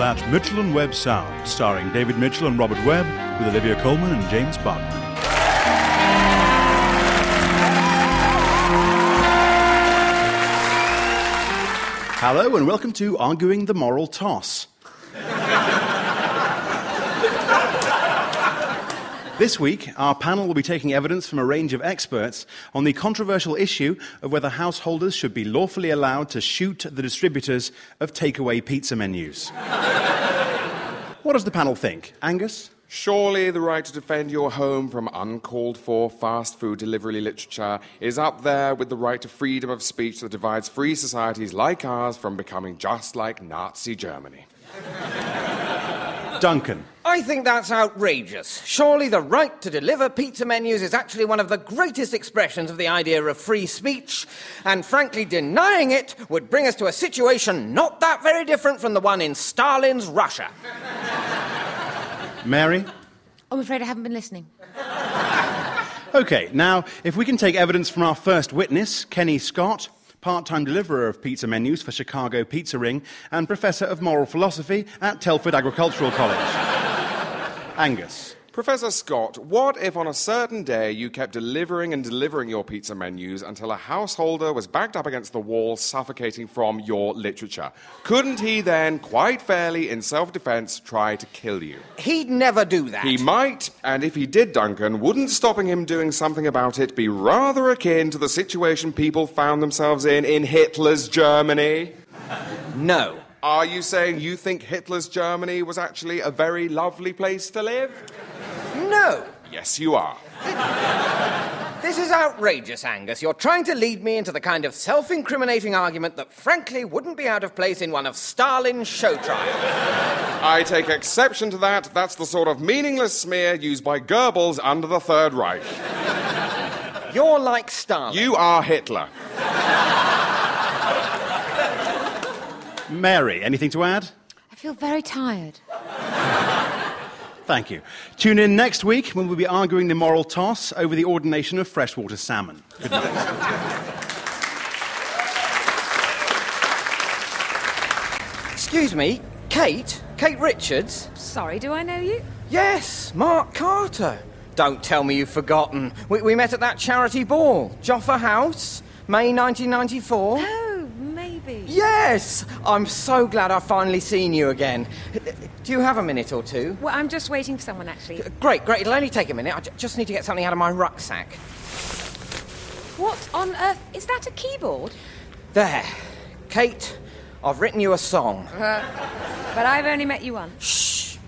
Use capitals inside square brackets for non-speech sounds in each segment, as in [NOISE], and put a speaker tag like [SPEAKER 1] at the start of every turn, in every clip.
[SPEAKER 1] That's Mitchell and Webb Sound, starring David Mitchell and Robert Webb, with Olivia Coleman and James Barton. Hello and welcome to Arguing the Moral Toss. This week, our panel will be taking evidence from a range of experts on the controversial issue of whether householders should be lawfully allowed to shoot the distributors of takeaway pizza menus. what does the panel think? Angus?
[SPEAKER 2] Surely the right to defend your home from uncalled for fast food delivery literature is up there with the right to freedom of speech that divides free societies like ours from becoming just like Nazi Germany.
[SPEAKER 1] Duncan?
[SPEAKER 3] I think that's outrageous. Surely the right to deliver pizza menus is actually one of the greatest expressions of the idea of free speech, and frankly, denying it would bring us to a situation not that very different from the one in Stalin's Russia.
[SPEAKER 1] Mary?
[SPEAKER 4] I'm afraid I haven't been listening.
[SPEAKER 1] Okay, now, if we can take evidence from our first witness, Kenny Scott, part time deliverer of pizza menus for Chicago Pizza Ring and professor of moral philosophy at Telford Agricultural College. Angus.
[SPEAKER 2] Professor Scott, what if on a certain day you kept delivering and delivering your pizza menus until a householder was backed up against the wall, suffocating from your literature? Couldn't he then, quite fairly, in self defense, try to kill you?
[SPEAKER 3] He'd never do that.
[SPEAKER 2] He might, and if he did, Duncan, wouldn't stopping him doing something about it be rather akin to the situation people found themselves in in Hitler's Germany?
[SPEAKER 3] no.
[SPEAKER 2] Are you saying you think Hitler's Germany was actually a very lovely place to live?
[SPEAKER 3] No.
[SPEAKER 2] Yes, you are.
[SPEAKER 3] This is outrageous, Angus. You're trying to lead me into the kind of self incriminating argument that frankly wouldn't be out of place in one of Stalin's show trials.
[SPEAKER 2] I take exception to that. That's the sort of meaningless smear used by Goebbels under the Third Reich.
[SPEAKER 3] You're like Stalin.
[SPEAKER 2] You are Hitler.
[SPEAKER 1] Mary, anything to add?
[SPEAKER 4] I feel very tired.
[SPEAKER 1] Thank you. Tune in next week when we'll be arguing the moral toss over the ordination of freshwater salmon. Good night.
[SPEAKER 3] Excuse me, Kate? Kate Richards?
[SPEAKER 5] Sorry, do I know you?
[SPEAKER 3] Yes, Mark Carter. Don't tell me you've forgotten. We, we met at that charity ball, Joffa House, May 1994.
[SPEAKER 5] Oh, maybe.
[SPEAKER 3] yes! I'm so glad I've finally seen you again. Do you have a minute or two?
[SPEAKER 5] Well, I'm just waiting for someone, actually.
[SPEAKER 3] Great, great. It'll only take a minute. I ju- just need to get something out of my rucksack.
[SPEAKER 5] What on earth? Is that a keyboard?
[SPEAKER 3] There. Kate, I've written you a song.
[SPEAKER 5] But I've only met you once.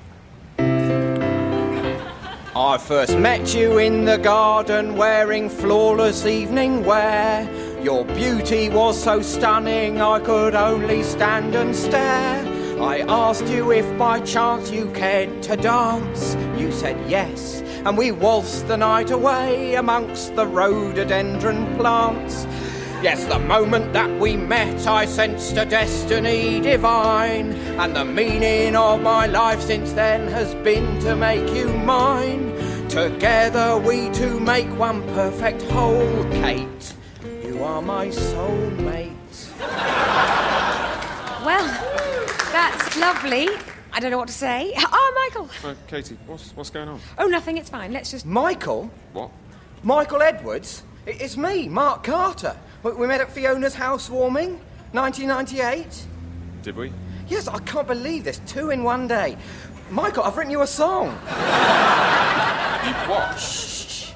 [SPEAKER 3] I first met you in the garden wearing flawless evening wear. Your beauty was so stunning I could only stand and stare. I asked you if by chance you cared to dance. You said yes, and we waltzed the night away amongst the rhododendron plants. Yes, the moment that we met, I sensed a destiny divine. And the meaning of my life since then has been to make you mine. Together we two make one perfect whole, Kate. You are my soulmate.
[SPEAKER 5] Well, that's lovely. I don't know what to say. Oh, Michael.
[SPEAKER 2] Uh, Katie, what's, what's going on?
[SPEAKER 5] Oh, nothing. It's fine. Let's just.
[SPEAKER 3] Michael?
[SPEAKER 2] What?
[SPEAKER 3] Michael Edwards? I- It's me, Mark Carter. We- We met at Fiona's housewarming, 1998.
[SPEAKER 2] Did we?
[SPEAKER 3] Yes, I can't believe this. Two in one day. Michael, I've written you a song.
[SPEAKER 2] What?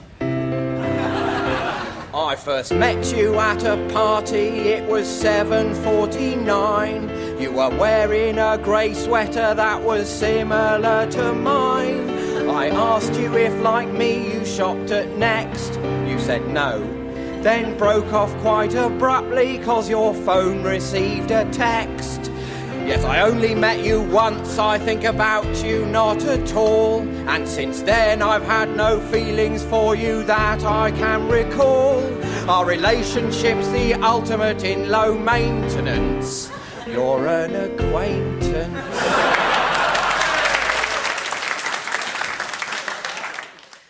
[SPEAKER 3] I first met you at a party, it was 7.49. You were wearing a grey sweater that was similar to mine. I asked you if, like me, you shopped at Next. You said no. Then broke off quite abruptly, cause your phone received a text. Yes, I only met you once, I think about you not at all. And since then, I've had no feelings for you that I can recall. Our relationship's the ultimate in low maintenance. You're an acquaintance.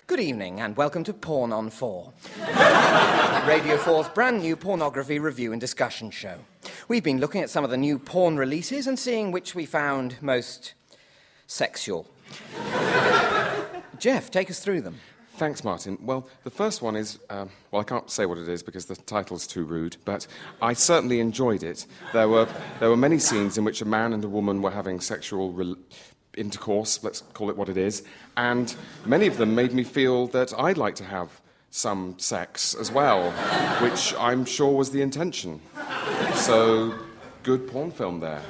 [SPEAKER 3] Good evening, and welcome to Porn on 4. Radio 4's brand new pornography review and discussion show. We've been looking at some of the new porn releases and seeing which we found most sexual. Jeff, take us through them.
[SPEAKER 2] Thanks, Martin. Well, the first one is, um, well, I can't say what it is because the title's too rude, but I certainly enjoyed it. There were, there were many scenes in which a man and a woman were having sexual rel intercourse, let's call it what it is, and many of them made me feel that I'd like to have some sex as well, which I'm sure was the intention. So, good porn film there.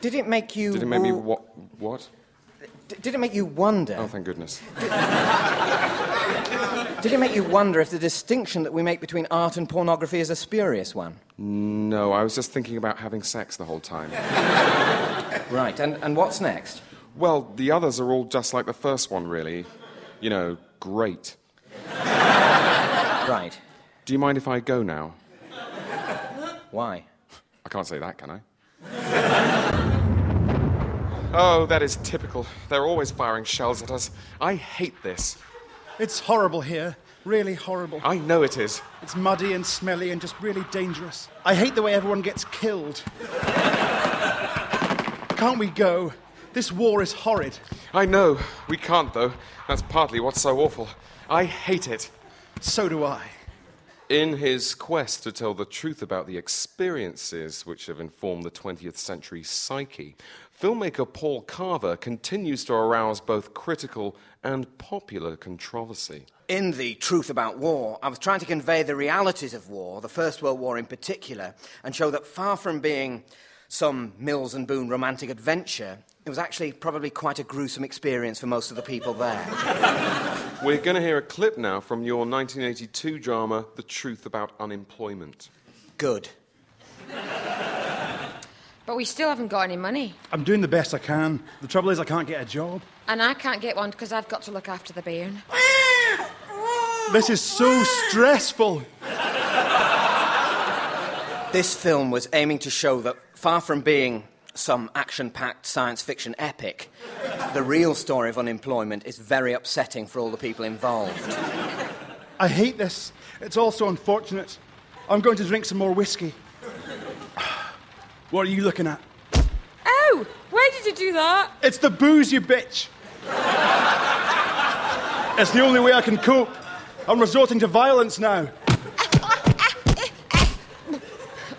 [SPEAKER 3] Did it make you?
[SPEAKER 2] Did it make me
[SPEAKER 3] wo-
[SPEAKER 2] what? What?
[SPEAKER 3] D- Did it make you wonder?
[SPEAKER 2] Oh, thank goodness. Oh.
[SPEAKER 3] Did it make you wonder if the distinction that we make between art and pornography is a spurious one?
[SPEAKER 2] No, I was just thinking about having sex the whole time.
[SPEAKER 3] Right, and, and what's next?
[SPEAKER 2] Well, the others are all just like the first one, really. You know, great.
[SPEAKER 3] Right,
[SPEAKER 2] Do you mind if I go now?
[SPEAKER 3] why?
[SPEAKER 2] I can't say that, can I? [LAUGHS] oh, that is typical. They're always firing shells at us. I hate this.
[SPEAKER 6] It's horrible here. Really horrible.
[SPEAKER 2] I know it is.
[SPEAKER 6] It's muddy and smelly and just really dangerous. I hate the way everyone gets killed. Can't we go? This war is horrid.
[SPEAKER 2] I know. We can't, though. That's partly what's so awful. I hate it.
[SPEAKER 6] So do I.
[SPEAKER 2] In his quest to tell the truth about the experiences which have informed the 20th century psyche, filmmaker Paul Carver continues to arouse both critical and popular controversy.
[SPEAKER 3] In The Truth About War, I was trying to convey the realities of war, the First World War in particular, and show that far from being some Mills and Boone romantic adventure, it was actually probably quite a gruesome experience for most of the people there.
[SPEAKER 2] We're going to hear a clip now from your 1982 drama, The Truth About Unemployment.
[SPEAKER 3] Good.
[SPEAKER 4] But we still haven't got any money.
[SPEAKER 6] I'm doing the best I can. The trouble is, I can't get a job.
[SPEAKER 4] And I can't get one because I've got to look after the bairn.
[SPEAKER 6] This is so stressful.
[SPEAKER 3] This film was aiming to show that far from being some action packed science fiction epic, the real story of unemployment is very upsetting for all the people involved.
[SPEAKER 6] I hate this. It's all so unfortunate. I'm going to drink some more whiskey. [SIGHS] What are you looking at?
[SPEAKER 5] Oh, where did you do that?
[SPEAKER 6] It's the booze, you bitch. it's the only way I can cope. I'm resorting to violence now.
[SPEAKER 5] [LAUGHS]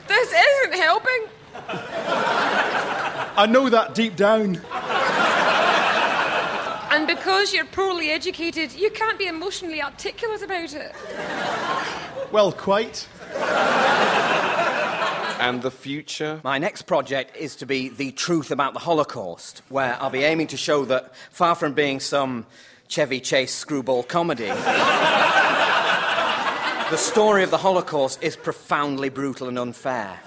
[SPEAKER 5] This isn't helping.
[SPEAKER 6] I know that deep down.
[SPEAKER 5] And because you're poorly educated, you can't be emotionally articulate about it.
[SPEAKER 6] Well, quite.
[SPEAKER 2] And the future?
[SPEAKER 3] My next project is to be The Truth About the Holocaust, where I'll be aiming to show that far from being some Chevy Chase screwball comedy, [LAUGHS] the story of the Holocaust is profoundly brutal and unfair.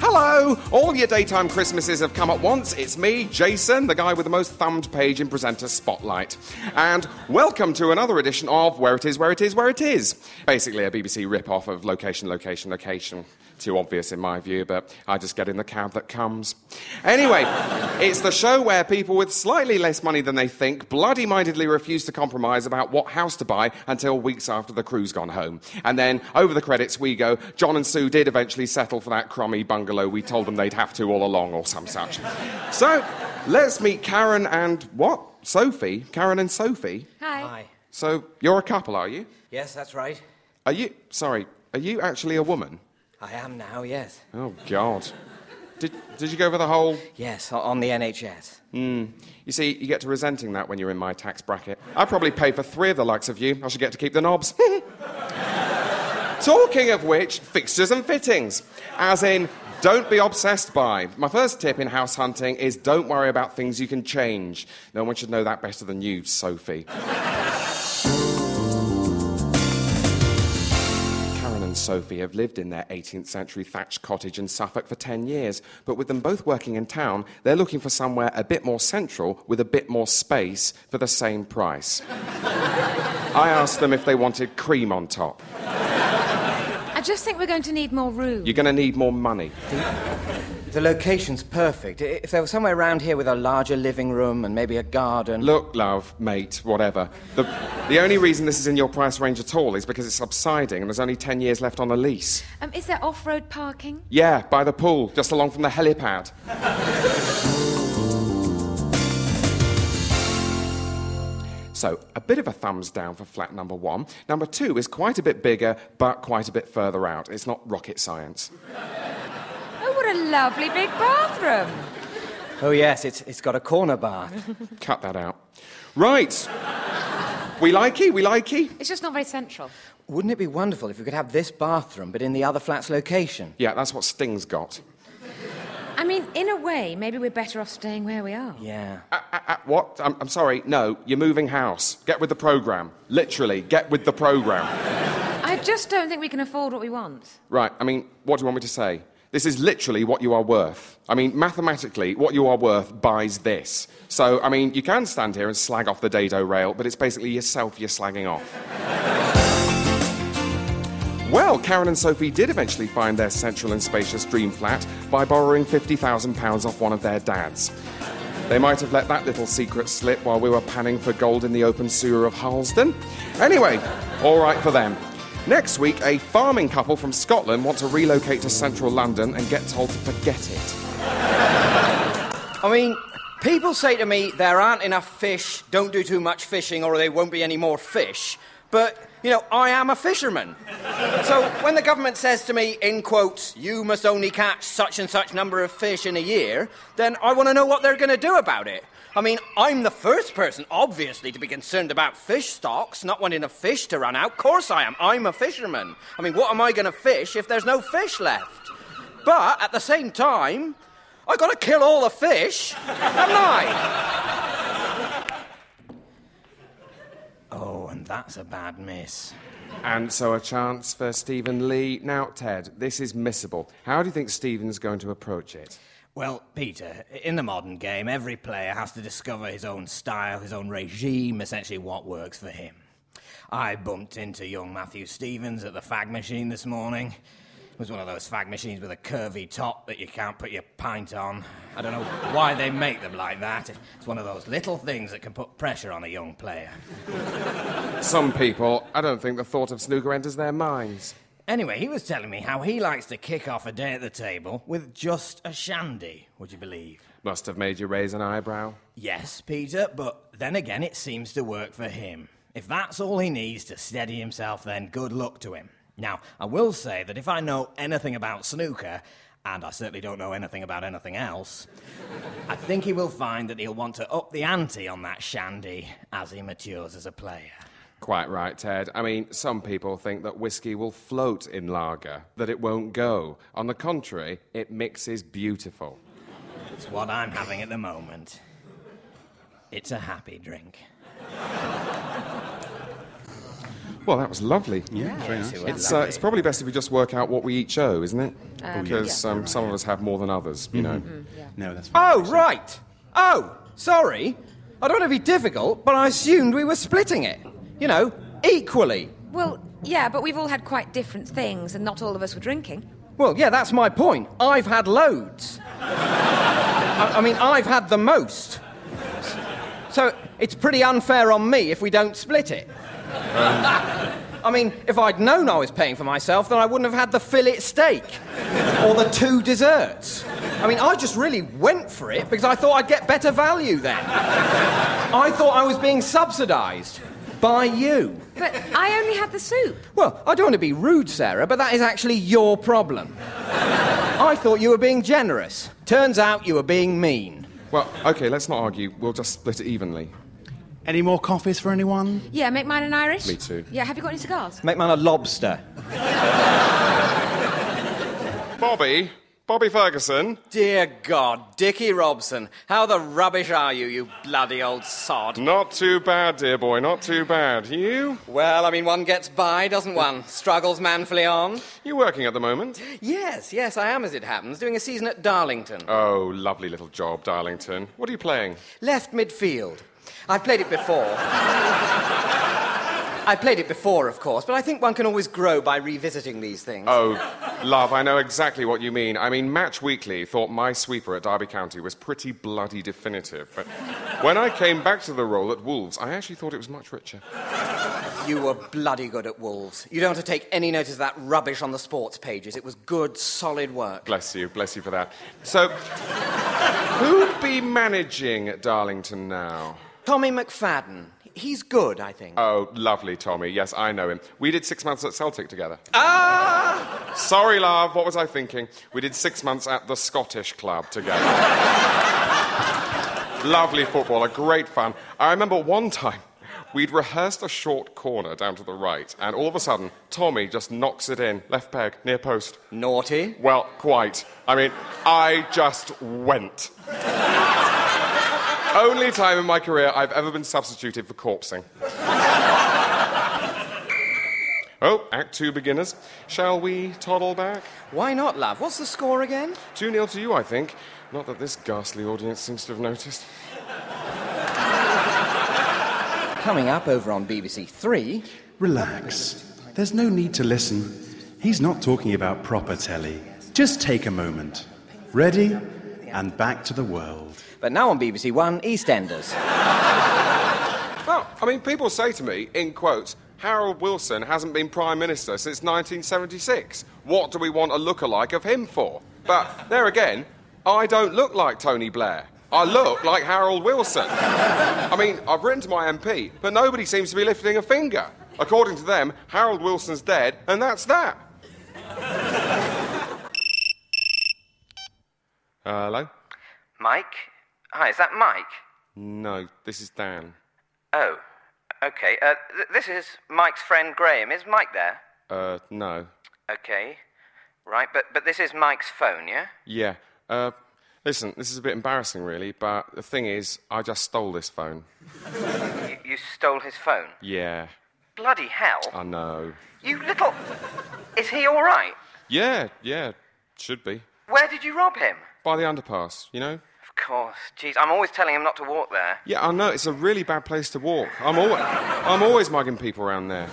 [SPEAKER 2] Hello! All your daytime Christmases have come at once. It's me, Jason, the guy with the most thumbed page in Presenter Spotlight. And welcome to another edition of Where It Is, Where It Is, Where It Is. Basically, a BBC rip off of Location, Location, Location. Too obvious in my view, but I just get in the cab that comes. Anyway, it's the show where people with slightly less money than they think bloody mindedly refuse to compromise about what house to buy until weeks after the crew's gone home. And then over the credits we go. John and Sue did eventually settle for that crummy bungalow we told them they'd have to all along or some such. So let's meet Karen and what? Sophie? Karen and Sophie?
[SPEAKER 5] Hi.
[SPEAKER 3] Hi.
[SPEAKER 2] So you're a couple, are you?
[SPEAKER 3] Yes, that's right.
[SPEAKER 2] Are you, sorry, are you actually a woman?
[SPEAKER 3] I am now, yes.
[SPEAKER 2] Oh, God. Did, did you go over the whole
[SPEAKER 3] Yes, o- on the NHS.
[SPEAKER 2] You see, you get to resenting that when you're in my tax bracket. I probably pay for three of the likes of you. I should get to keep the knobs. [LAUGHS] Talking of which, fixtures and fittings. As in, don't be obsessed by. My first tip in house hunting is don't worry about things you can change. No one should know that better than you, Sophie. Karen and Sophie have lived in their 18th century thatched cottage in Suffolk for 10 years, but with them both working in town, they're looking for somewhere a bit more central with a bit more space for the same [LAUGHS] price. I asked them if they wanted cream on top.
[SPEAKER 5] I just think we're going to need more room.
[SPEAKER 2] You're going to need more money.
[SPEAKER 3] The location's perfect. I- If there was somewhere around here with a larger living room and maybe a garden.
[SPEAKER 2] Look, love, mate, whatever. The, the only reason this is in your price range at all is because it's subsiding and there's only 10 years left on the lease.
[SPEAKER 5] Um, is there off-road parking?
[SPEAKER 2] Yeah, by the pool, just along from the helipad. So, a bit of a thumbs down for flat number one. Number two is quite a bit bigger, but quite a bit further out. It's not rocket science.
[SPEAKER 5] Oh, what a lovely big bathroom.
[SPEAKER 3] Oh, yes, it's, it's got a corner bath.
[SPEAKER 2] Cut that out. Right. We likey, we likey.
[SPEAKER 5] It's just not very central.
[SPEAKER 3] Wouldn't it be wonderful if we could have this bathroom but in the other flat's location?
[SPEAKER 2] Yeah, that's what Sting's got.
[SPEAKER 4] I mean, in a way, maybe we're better off staying where we are.
[SPEAKER 3] Yeah.
[SPEAKER 2] Uh, uh, uh, what? I'm, I'm sorry. No, you're moving house. Get with the program. Literally, get with the program.
[SPEAKER 4] I just don't think we can afford what we want.
[SPEAKER 2] right. I mean, what do you want me to say? This is literally what you are worth. I mean, mathematically, what you are worth buys this. So, I mean, you can stand here and slag off the dado rail, but it's basically yourself you're slagging off. Well, Karen and Sophie did eventually find their central and spacious dream flat by borrowing £50,000 off one of their dads. They might have let that little secret slip while we were panning for gold in the open sewer of Harlesden. Anyway, all right for them. Next week, a farming couple from Scotland want to relocate to central London and get told to forget it.
[SPEAKER 3] I mean, people say to me, there aren't enough fish, don't do too much fishing or there won't be any more fish. But, you know, I am a fisherman. so when the government says to me, in quotes, you must only catch such and such number of fish in a year, then I want to know what they're going to do about it. I mean, I'm the first person, obviously, to be concerned about fish stocks, not wanting a fish to run out. Of course I am. I'm a fisherman. I mean, what am I going to fish if there's no fish left? But at the same time, I gotta kill all the fish, haven't I? Oh, and that's a bad miss.
[SPEAKER 2] And so a chance for Stephen Lee. Now, Ted, this is missable. How do you think Stephen's going to approach it?
[SPEAKER 7] Well, Peter, in the modern game, every player has to discover his own style, his own regime, essentially what works for him. I bumped into young Matthew Stevens at the fag machine this morning. It was one of those fag machines with a curvy top that you can't put your pint on. I don't know why they make them like that. It's one of those little things that can put pressure on a young player.
[SPEAKER 2] Some people, I don't think the thought of snooker enters their minds.
[SPEAKER 7] Anyway, he was telling me how he likes to kick off a day at the table with just a shandy, would you believe?
[SPEAKER 2] Must have made you raise an eyebrow.
[SPEAKER 7] Yes, Peter, but then again, it seems to work for him. If that's all he needs to steady himself, then good luck to him. Now, I will say that if I know anything about snooker, and I certainly don't know anything about anything else, I think he will find that he'll want to up the ante on that shandy as he matures as a player.
[SPEAKER 2] Quite right, Ted. I mean, some people think that whiskey will float in lager, that it won't go. On the contrary, it mixes beautiful.
[SPEAKER 7] It's what I'm having at the moment. It's a happy drink.
[SPEAKER 2] Well, that was lovely. Yeah, it's, uh, it's probably best if we just work out what we each owe, isn't it? because um, some of us have more than others, you know.
[SPEAKER 1] No, that's fine.
[SPEAKER 3] Oh, right. Oh, sorry. I don't want to be difficult, but I assumed we were splitting it. You know, equally.
[SPEAKER 4] Well, yeah, but we've all had quite different things, and not all of us were drinking.
[SPEAKER 3] Well, yeah, that's my point. I've had loads. I, I mean, I've had the most. So it's pretty unfair on me if we don't split it. I mean, if I'd known I was paying for myself, then I wouldn't have had the fillet steak or the two desserts. I mean, I just really went for it because I thought I'd get better value then. I thought I was being subsidised by you.
[SPEAKER 5] But I only had the soup.
[SPEAKER 3] Well, I don't want to be rude, Sarah, but that is actually your [LAUGHS] problem. I thought you were being generous. Turns out you were being mean.
[SPEAKER 2] Well, okay, let's not argue. We'll just split it evenly.
[SPEAKER 1] Any more coffees for anyone?
[SPEAKER 4] Yeah, make mine an Irish.
[SPEAKER 2] Me too.
[SPEAKER 4] Yeah, have you got any cigars?
[SPEAKER 3] Make man a lobster.
[SPEAKER 2] Bobby, Bobby Ferguson,
[SPEAKER 3] Dear God, Dickie Robson, how the rubbish are you, you bloody old sod?
[SPEAKER 2] not too bad, dear boy, not too bad. You?
[SPEAKER 3] Well, I mean, one gets by, doesn't one? Struggles manfully on.
[SPEAKER 2] You working at the moment?
[SPEAKER 3] Yes, yes, I am, as it happens, doing a season at Darlington.
[SPEAKER 2] Oh, lovely little job, Darlington. What are you playing?
[SPEAKER 3] Left midfield. I've played it before. I've played it before, of course, but I think one can always grow by revisiting these things.
[SPEAKER 2] Oh, love, I know exactly what you mean. I mean, Match Weekly thought my sweeper at Derby County was pretty bloody definitive, but when I came back to the role at Wolves, I actually thought it was much richer.
[SPEAKER 3] You were bloody good at Wolves. You don't want to take any notice of that rubbish on the sports pages. It was good, solid work.
[SPEAKER 2] Bless you, bless you for that. So, who'd be managing at Darlington now?
[SPEAKER 3] Tommy McFadden. He's good, I think.
[SPEAKER 8] Uh.
[SPEAKER 2] Oh, lovely, Tommy. Yes, I know him. We did six months at Celtic together.
[SPEAKER 3] ah!
[SPEAKER 2] Sorry, love, what was I thinking? We did six months at the Scottish Club together. Lovely football, a great fun. I remember one time we'd rehearsed a short corner down to the right, and all of a sudden, Tommy just knocks it in, left peg, near post.
[SPEAKER 3] Naughty.
[SPEAKER 2] Well, quite. I mean, I just went. Only time in my career I've ever been substituted for corpsing. oh, Act Two beginners. Shall we toddle back?
[SPEAKER 3] Why not, love? What's the score again?
[SPEAKER 2] 2 0 to you, I think. Not that this ghastly audience seems to have noticed.
[SPEAKER 3] Coming up over on BBC Three.
[SPEAKER 1] Relax. There's no need to listen. He's not talking about proper telly. Just take a moment. Ready? And back to the world.
[SPEAKER 3] But now on BBC One, EastEnders.
[SPEAKER 2] Well, I mean, people say to me, in quotes, Harold Wilson hasn't been Prime Minister since 1976. What do we want a lookalike of him for? But there again, I don't look like Tony Blair. I look like Harold Wilson. I mean, I've written to my MP, but nobody seems to be lifting a finger. According to them, Harold Wilson's dead, and that's that. Uh, hello?
[SPEAKER 8] Mike? Hi, is that Mike?
[SPEAKER 2] No, this is Dan.
[SPEAKER 8] Oh, okay. Uh, th- this is Mike's friend Graham. Is Mike there?
[SPEAKER 2] Uh, no.
[SPEAKER 8] Okay. Right, but, but this is Mike's phone, yeah?
[SPEAKER 2] Yeah. Uh, listen, this is a bit embarrassing, really, but the thing is, I just stole this phone.
[SPEAKER 8] You, you stole his phone.
[SPEAKER 2] Yeah,
[SPEAKER 8] Bloody hell.
[SPEAKER 2] I know.
[SPEAKER 8] You little. Is he all right?
[SPEAKER 2] Yeah, yeah, should be.
[SPEAKER 8] Where did you rob him?
[SPEAKER 2] By the underpass, you know?
[SPEAKER 8] Of course. Jeez, I'm always telling him not to walk there.
[SPEAKER 2] Yeah, I know, it's a really bad place to walk. I'm, al- I'm always mugging people around there.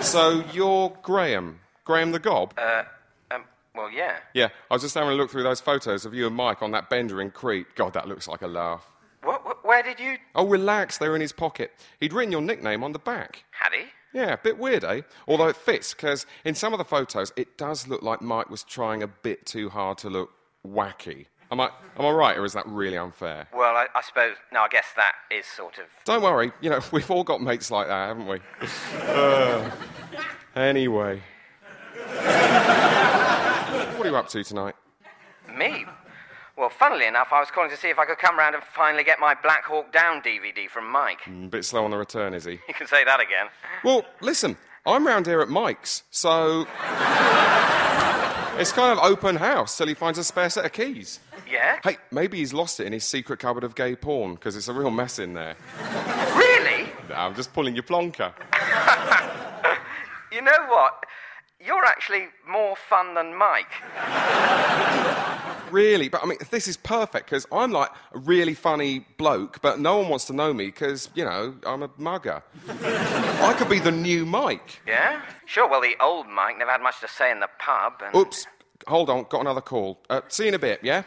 [SPEAKER 2] So you're Graham. Graham the Gob?
[SPEAKER 8] Um, well, yeah.
[SPEAKER 2] yeah, I was just having a look through those photos of you and Mike on that bender in Crete. God, that looks like a laugh.
[SPEAKER 8] What, what, where did you.
[SPEAKER 2] Oh, relax, they were in his pocket. He'd written your nickname on the back.
[SPEAKER 8] Had he?
[SPEAKER 2] Yeah, a bit weird, eh? Although it fits, because in some of the photos, it does look like Mike was trying a bit too hard to look wacky. Am I, am I right, or is that really unfair?
[SPEAKER 8] Well, I, I suppose. No, I guess that is sort of.
[SPEAKER 2] Don't worry, you know, [LAUGHS] we've all got mates like that, haven't we? Uh, anyway. what are you up to tonight?
[SPEAKER 8] Me? Well, funnily enough, I was calling to see if I could come round and finally get my Black Hawk Down DVD from Mike.
[SPEAKER 2] A bit slow on the return, is he?
[SPEAKER 8] You can say that [LAUGHS] again.
[SPEAKER 2] Well, listen, I'm round here at Mike's, so. [LAUGHS] it's kind of open house till he finds a spare set of keys.
[SPEAKER 8] Yeah?
[SPEAKER 2] Hey, maybe he's lost it in his secret cupboard of gay porn, because it's a real mess in there.
[SPEAKER 8] Really?
[SPEAKER 2] No, I'm just pulling your plonker.
[SPEAKER 8] You know what? You're actually more fun than Mike.
[SPEAKER 2] Really, but I mean, this is perfect, because I'm like a really funny bloke, but no one wants to know me, because, you know, I'm a mugger. I could be the new Mike.
[SPEAKER 8] Yeah? Sure, well, the old Mike never had much to say in the pub. And...
[SPEAKER 2] Oops, hold on, got another call. Uh, see you in a bit, yeah?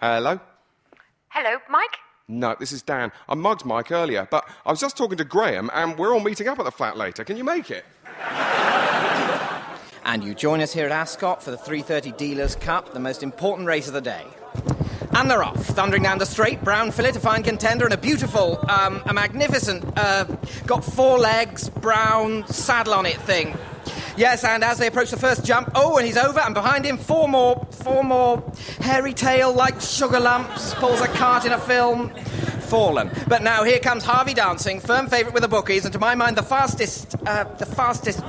[SPEAKER 2] Hello?
[SPEAKER 5] Hello, Mike?
[SPEAKER 2] No, this is Dan. I mugged Mike earlier, but I was just talking to Graham, and we're all meeting up at the flat later. Can you make it?
[SPEAKER 3] And you join us here at Ascot for the 3.30 Dealers Cup, the most important race of the day. And they're off, thundering down the straight, brown fillet, a fine contender, and a beautiful, um, a magnificent, uh, got four legs, brown, saddle on it thing. Yes, and as they approach the first jump, oh, and he's over, and behind him, four more, four more, hairy tail like sugar lumps, pulls a cart in a film, fallen. But now here comes Harvey dancing, firm favourite with the bookies, and to my mind, the fastest, uh, the fastest.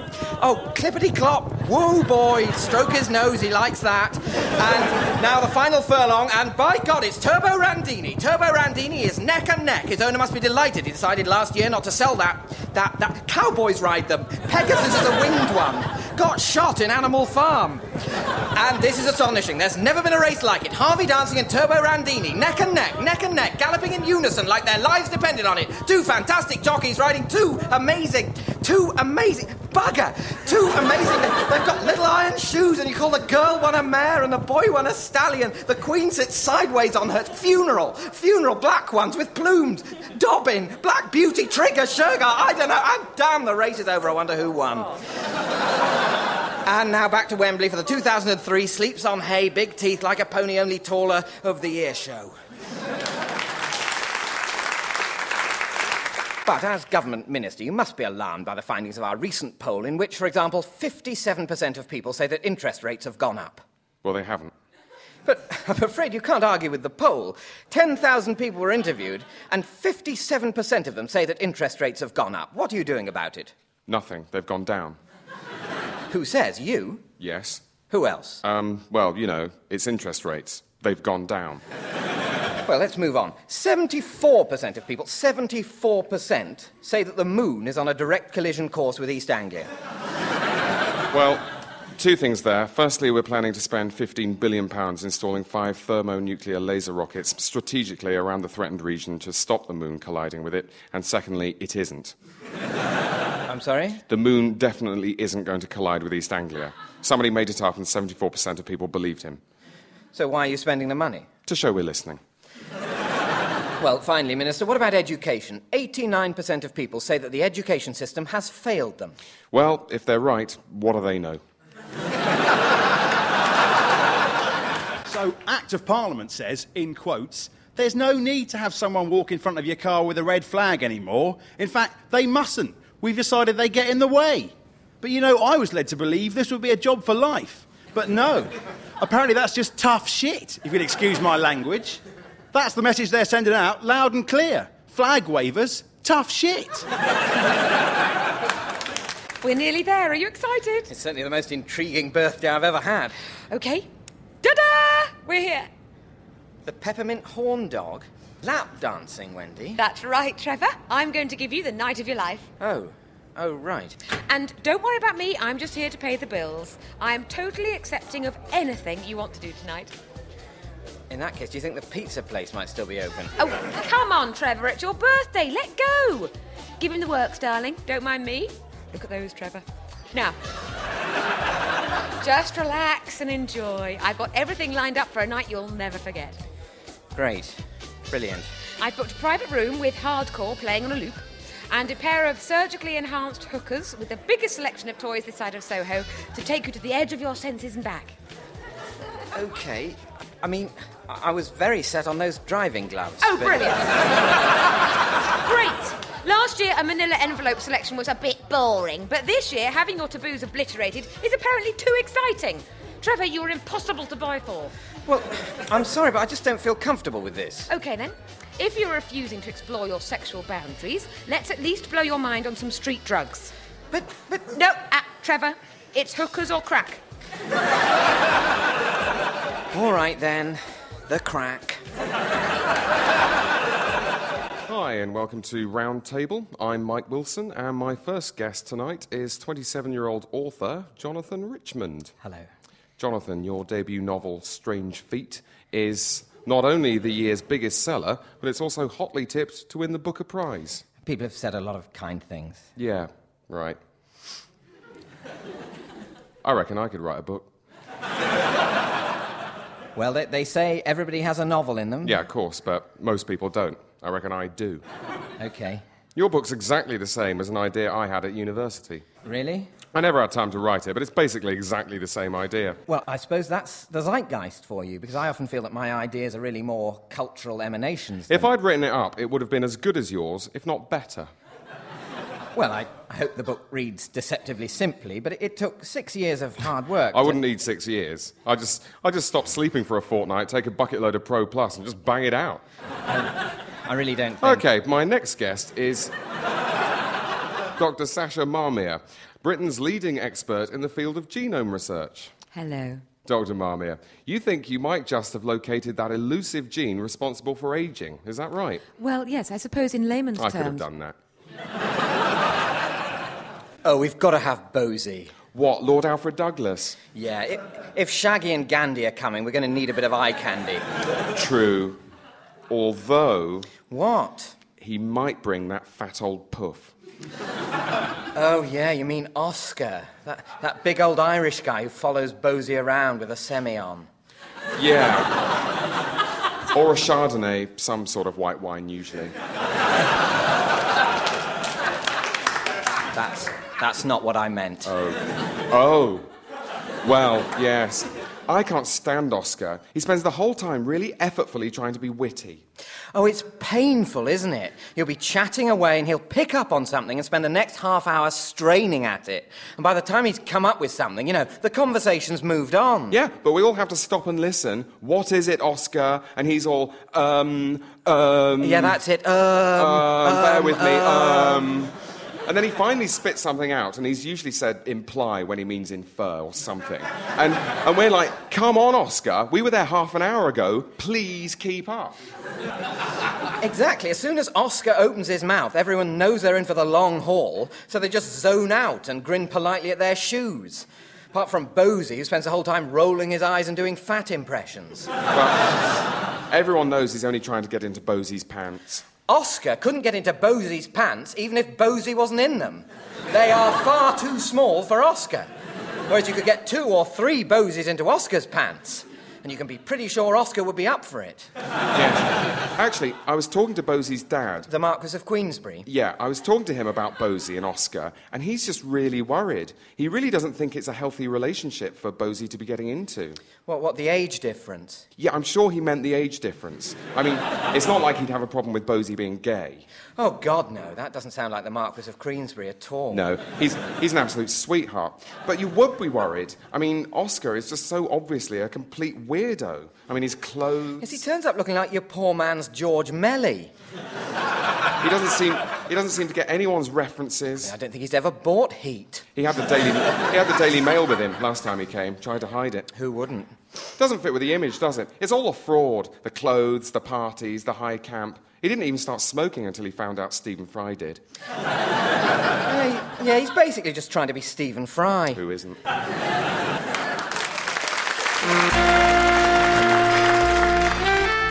[SPEAKER 3] Oh, clippity clop, woo boy, stroke his nose, he likes that. And now the final furlong, and by God, it's Turbo Randini. Turbo Randini is neck and neck. His owner must be delighted. He decided last year not to sell that, that, that. Cowboys ride them. Pegasus is a winged one.
[SPEAKER 9] got shot in Animal Farm. and this is astonishing. There's never been a race like it. Harvey dancing and Turbo Randini, neck and neck, neck and neck, galloping in unison like their lives depended on it. Two fantastic jockeys riding two amazing, two amazing, bugger, two amazing. They've got little iron shoes, and you call the girl one a mare and the boy one a stallion. The queen sits sideways on her funeral, funeral black ones with plumes. Dobbin, Black Beauty, Trigger, Sugar. I don't know. I'm damn. The race is over. I wonder who won. And now back to Wembley for the 2003 Sleeps on Hay, Big Teeth Like a Pony, Only Taller of the Year show. But as government minister, you must be alarmed by the findings of our recent poll, in which, for example, 57% of people say that interest rates have gone up.
[SPEAKER 2] Well, they haven't.
[SPEAKER 9] But [LAUGHS] I'm afraid you can't argue with the poll. 10,000 people were interviewed, and 57% of them say that interest rates have gone up. What are you doing about it?
[SPEAKER 2] Nothing. They've gone down.
[SPEAKER 9] Who says? You?
[SPEAKER 2] Yes.
[SPEAKER 9] Who else?
[SPEAKER 2] Um, well, you know, it's interest rates. They've gone down.
[SPEAKER 9] Well, let's move on. 74% of people, 74%, say that the moon is on a direct collision course with East Anglia.
[SPEAKER 2] Well, two things there. Firstly, we're planning to spend 15 billion pounds installing five thermonuclear laser rockets strategically around the threatened region to stop the moon colliding with it. And secondly, it isn't.
[SPEAKER 9] I'm sorry?
[SPEAKER 2] The moon definitely isn't going to collide with East Anglia. Somebody made it up and 74% of people believed him.
[SPEAKER 9] So why are you spending the money?
[SPEAKER 2] To show we're listening.
[SPEAKER 9] Well, finally, Minister, what about education? 89% of people say that the education system has failed them.
[SPEAKER 2] Well, if they're right, what do they know?
[SPEAKER 6] So, Act of Parliament says, in quotes, there's no need to have someone walk in front of your car with a red flag anymore. In fact, they mustn't. We've decided they get in the way. But you know, I was led to believe this would be a job for life. But no. Apparently, that's just tough shit, if you'll excuse my language. That's the message they're sending out loud and clear. Flag wavers, tough shit.
[SPEAKER 5] We're nearly there. Are you excited?
[SPEAKER 9] It's certainly the most intriguing birthday I've ever had.
[SPEAKER 5] Okay. Da da! We're here.
[SPEAKER 9] The peppermint horn dog? Lap dancing, Wendy?
[SPEAKER 5] That's right, Trevor. I'm going to give you the night of your life.
[SPEAKER 9] Oh, oh, right.
[SPEAKER 5] And don't worry about me, I'm just here to pay the bills. I am totally accepting of anything you want to do tonight.
[SPEAKER 9] In that case, do you think the pizza place might still be open?
[SPEAKER 5] Oh, come on, Trevor, it's your birthday. Let go. Give him the works, darling. Don't mind me. Look at those, Trevor. Now, just relax and enjoy. I've got everything lined up for a night you'll never forget.
[SPEAKER 9] Great. Brilliant.
[SPEAKER 5] I've booked a private room with hardcore playing on a loop and a pair of surgically enhanced hookers with the biggest selection of toys this side of Soho to take you to the edge of your senses and back.
[SPEAKER 9] Okay. I mean, I I was very set on those driving gloves.
[SPEAKER 5] Oh,
[SPEAKER 9] but-
[SPEAKER 5] brilliant! [LAUGHS] Great! Last year, a manila envelope selection was a bit boring, but this year, having your taboos obliterated is apparently too exciting. Trevor, you're impossible to buy for.
[SPEAKER 9] Well, I'm sorry, but I just don't feel comfortable with this.
[SPEAKER 5] Okay then, if you're refusing to explore your sexual boundaries, let's at least blow your mind on some street drugs.
[SPEAKER 9] But, but,
[SPEAKER 5] No, uh, Trevor, it's hookers or crack.
[SPEAKER 9] all right then. The crack.
[SPEAKER 2] Hi, and welcome to Round Table. I'm Mike Wilson, and my first guest tonight is 27 year old author Jonathan Richmond.
[SPEAKER 3] Hello.
[SPEAKER 2] Jonathan, your debut novel, Strange Feet, is not only the year's biggest seller, but it's also hotly tipped to win the Booker Prize.
[SPEAKER 3] People have said a lot of kind things.
[SPEAKER 2] Yeah, right. I reckon I could write a book.
[SPEAKER 3] Well, they, they say everybody has a novel in them.
[SPEAKER 2] Yeah, of course, but most people don't. I reckon I do.
[SPEAKER 3] Okay.
[SPEAKER 2] Your book's exactly the same as an idea I had at university.
[SPEAKER 3] Really?
[SPEAKER 2] I never had time to write it, but it's basically exactly the same idea.
[SPEAKER 3] Well, I suppose that's the zeitgeist for you, because I often feel that my ideas are really more cultural emanations.
[SPEAKER 2] If I'd written it up, it would have been as good as yours, if not better.
[SPEAKER 3] Well, I, I hope the book reads deceptively simply, but it, it took six years of hard work.
[SPEAKER 2] I
[SPEAKER 3] to-
[SPEAKER 2] wouldn't need six years. I just, I just stop sleeping for a fortnight, take a bucket load of Pro Plus, and just bang it out.
[SPEAKER 3] I really don't. Think.
[SPEAKER 2] Okay, my next guest is [LAUGHS] Dr. Sasha Marmia, Britain's leading expert in the field of genome research.
[SPEAKER 5] Hello.
[SPEAKER 2] Dr. Marmia, you think you might just have located that elusive gene responsible for aging. Is that right?
[SPEAKER 5] Well, yes, I suppose in layman's
[SPEAKER 2] I could have done that.
[SPEAKER 9] Oh, we've got to have Bosie.
[SPEAKER 2] What, Lord Alfred Douglas?
[SPEAKER 3] Yeah, if, if Shaggy and Gandhi are coming, we're going to need a bit of eye candy.
[SPEAKER 2] True. Although
[SPEAKER 3] What?
[SPEAKER 2] he might bring that fat old puff.
[SPEAKER 3] Oh, yeah, you mean Oscar. That, that big old Irish guy who follows Bosie around with a semi on.
[SPEAKER 2] Yeah. or a Chardonnay, some sort of white wine usually.
[SPEAKER 3] That's, that's not what I meant.
[SPEAKER 2] Oh. Well, yes. I can't stand Oscar. He spends the whole time really effortfully trying to be witty.
[SPEAKER 3] Oh, it's painful, isn't it? You'll be chatting away and he'll pick up on something and spend the next half hour straining at it. And by the time he's come up with something, you know, the conversation's moved on.
[SPEAKER 2] Yeah, but we all have to stop and listen. What is it, Oscar? And he's all, um, um.
[SPEAKER 3] Yeah, that's it. Um,
[SPEAKER 2] Um, bear
[SPEAKER 3] um,
[SPEAKER 2] with me.
[SPEAKER 3] um.
[SPEAKER 2] Um. And then he finally spits something out, and he's usually said imply when he means infer or something. And, and we're like, come on, Oscar, we were there half an hour ago. Please keep up.
[SPEAKER 3] Exactly. As soon as Oscar opens his mouth, everyone knows they're in for the long haul, so they just zone out and grin politely at their shoes. Apart from Bosie, who spends the whole time rolling his eyes and doing fat impressions.
[SPEAKER 2] Everyone knows he's only trying to get into Bosie's pants.
[SPEAKER 3] Oscar couldn't get into Bosie's pants even if Bosie wasn't in them. They are far too small for Oscar. Whereas you could get two or three Bosies into Oscar's pants. And you can be pretty sure Oscar would be up for it.
[SPEAKER 2] Yes. Actually, I was talking to Bosie's dad.
[SPEAKER 3] The Marquis of Queensberry.
[SPEAKER 2] Yeah, I was talking to him about Bosie and Oscar, and he's just really worried. He really doesn't think it's a healthy relationship for Bosie to be getting into.
[SPEAKER 3] What, what, the age difference?
[SPEAKER 2] Yeah, I'm sure he meant the age difference. I mean, it's not like he'd have a problem with Bosie being gay.
[SPEAKER 3] Oh, God, no. That doesn't sound like the Marquis of Queensberry at all.
[SPEAKER 2] No, he's, he's an absolute sweetheart. But you would be worried. I mean, Oscar is just so obviously a complete weirdo. I mean, his clothes.
[SPEAKER 3] Yes, he turns up looking like your poor man's George Melly.
[SPEAKER 2] He doesn't seem he doesn't seem to get anyone's references.
[SPEAKER 3] I don't think he's ever bought heat.
[SPEAKER 2] He had the daily he had the Daily Mail with him last time he came. Tried to hide it.
[SPEAKER 3] Who wouldn't?
[SPEAKER 2] Doesn't fit with the image, does it? It's all a fraud. The clothes, the parties, the high camp. He didn't even start smoking until he found out Stephen Fry did.
[SPEAKER 3] Yeah, he- yeah, he's basically just trying to be Stephen Fry.
[SPEAKER 2] Who isn't?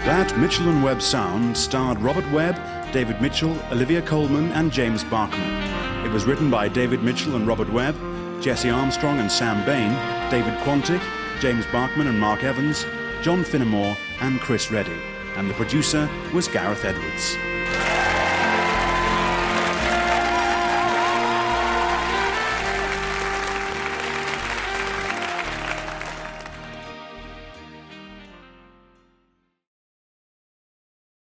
[SPEAKER 1] That Mitchell and Webb sound starred Robert Webb, David Mitchell, Olivia Coleman, and James Barkman. It was written by David Mitchell and Robert Webb, Jesse Armstrong and Sam Bain, David Quantick, James Barkman and Mark Evans, John Finnemore, and Chris Reddy. And the producer was Gareth Edwards.